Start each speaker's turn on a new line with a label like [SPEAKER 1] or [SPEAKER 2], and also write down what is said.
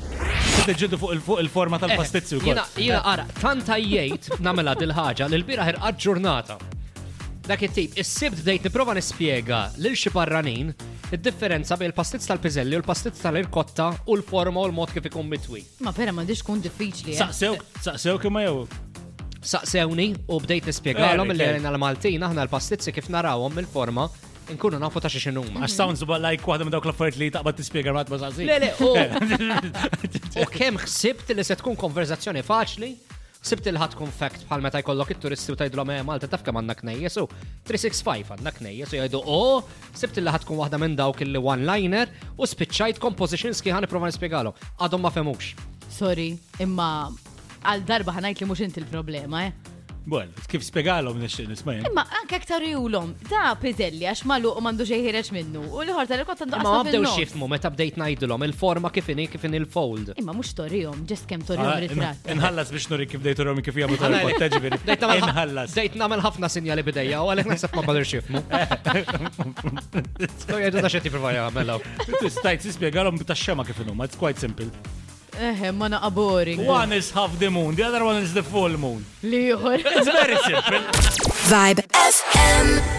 [SPEAKER 1] qed niġġieldu fuq il-forma tal-pastizzi wkoll.
[SPEAKER 2] Jena, jena, Eh, ara, tanta jgħid namela dil-ħagġa l-bira ħirqat ġurnata. Dak it-tip, is-sibt dejt niprofa nispjega lil xi barranin id-differenza bejn il-pastizz tal-piżelli u l-pastizz tal-irkotta u l-forma u l-mod kif ikun mitwi.
[SPEAKER 3] Ma vera ma diġ kun diffiċli. eh.
[SPEAKER 1] Saqsew, saqsew kemm jew.
[SPEAKER 2] Saqsewni u bdejt nispjegalhom
[SPEAKER 1] Eric,
[SPEAKER 2] li
[SPEAKER 1] Eric.
[SPEAKER 2] għalina l-Maltin aħna l-pastizzi kif narawhom mill-forma nkunu nafu ta' xi x'inhuma.
[SPEAKER 1] Għax sounds about like waħda minn dawk l-affarijiet li taqbad tispjega ma tbaż għażin.
[SPEAKER 2] Mm. Le, le, u. U kemm ħsibt li se tkun konverzazzjoni faċli, ħsibt li ħatkun fact bħal meta jkollok it-turisti u tgħidlu ma Malta taf kemm għandna knejjes u 365 għandna knejjes u jgħidu o, ħsibt li ħatkun waħda minn dawk il one-liner u spiċċajt compositions kien ħaniprofa nispjegalhom. Għadhom ma femux.
[SPEAKER 3] Sorry, imma għal darba ħanajt li mux inti l-problema, eh?
[SPEAKER 1] Well, kif spjegalhom nismajn.
[SPEAKER 3] Imma anke aktar jgħulhom, da piżelli għax maluq u m'għandu xejn ħireġ minnu. U l-ħor tal-rekord għandu
[SPEAKER 2] Imma ma
[SPEAKER 3] għasma
[SPEAKER 2] bdew
[SPEAKER 3] fil-nofs.
[SPEAKER 2] xifmu meta bdejt ngħidulhom il-forma kif inhi kif inhi l-fold.
[SPEAKER 3] Imma mux torihom, ġest kemm torihom ritratt.
[SPEAKER 1] Ah, Inħallas biex nuri kif dejtu romi kif jagħmlu tal-report ġifieri.
[SPEAKER 2] Dejt namel
[SPEAKER 1] Inħallas.
[SPEAKER 2] Dejt namel ħafna sinjali bidejja u għalek naħseb ma bader xifmu. Lo jgħidu ta' xetti provaj għamela.
[SPEAKER 1] Stajt tispjegalhom ta' xema kif inhuma, it's quite simple.
[SPEAKER 3] Eh, ma naqa boring.
[SPEAKER 1] One is half the moon, the other one is the full moon.
[SPEAKER 3] Liħor.
[SPEAKER 1] It's very simple.
[SPEAKER 4] Vibe FM.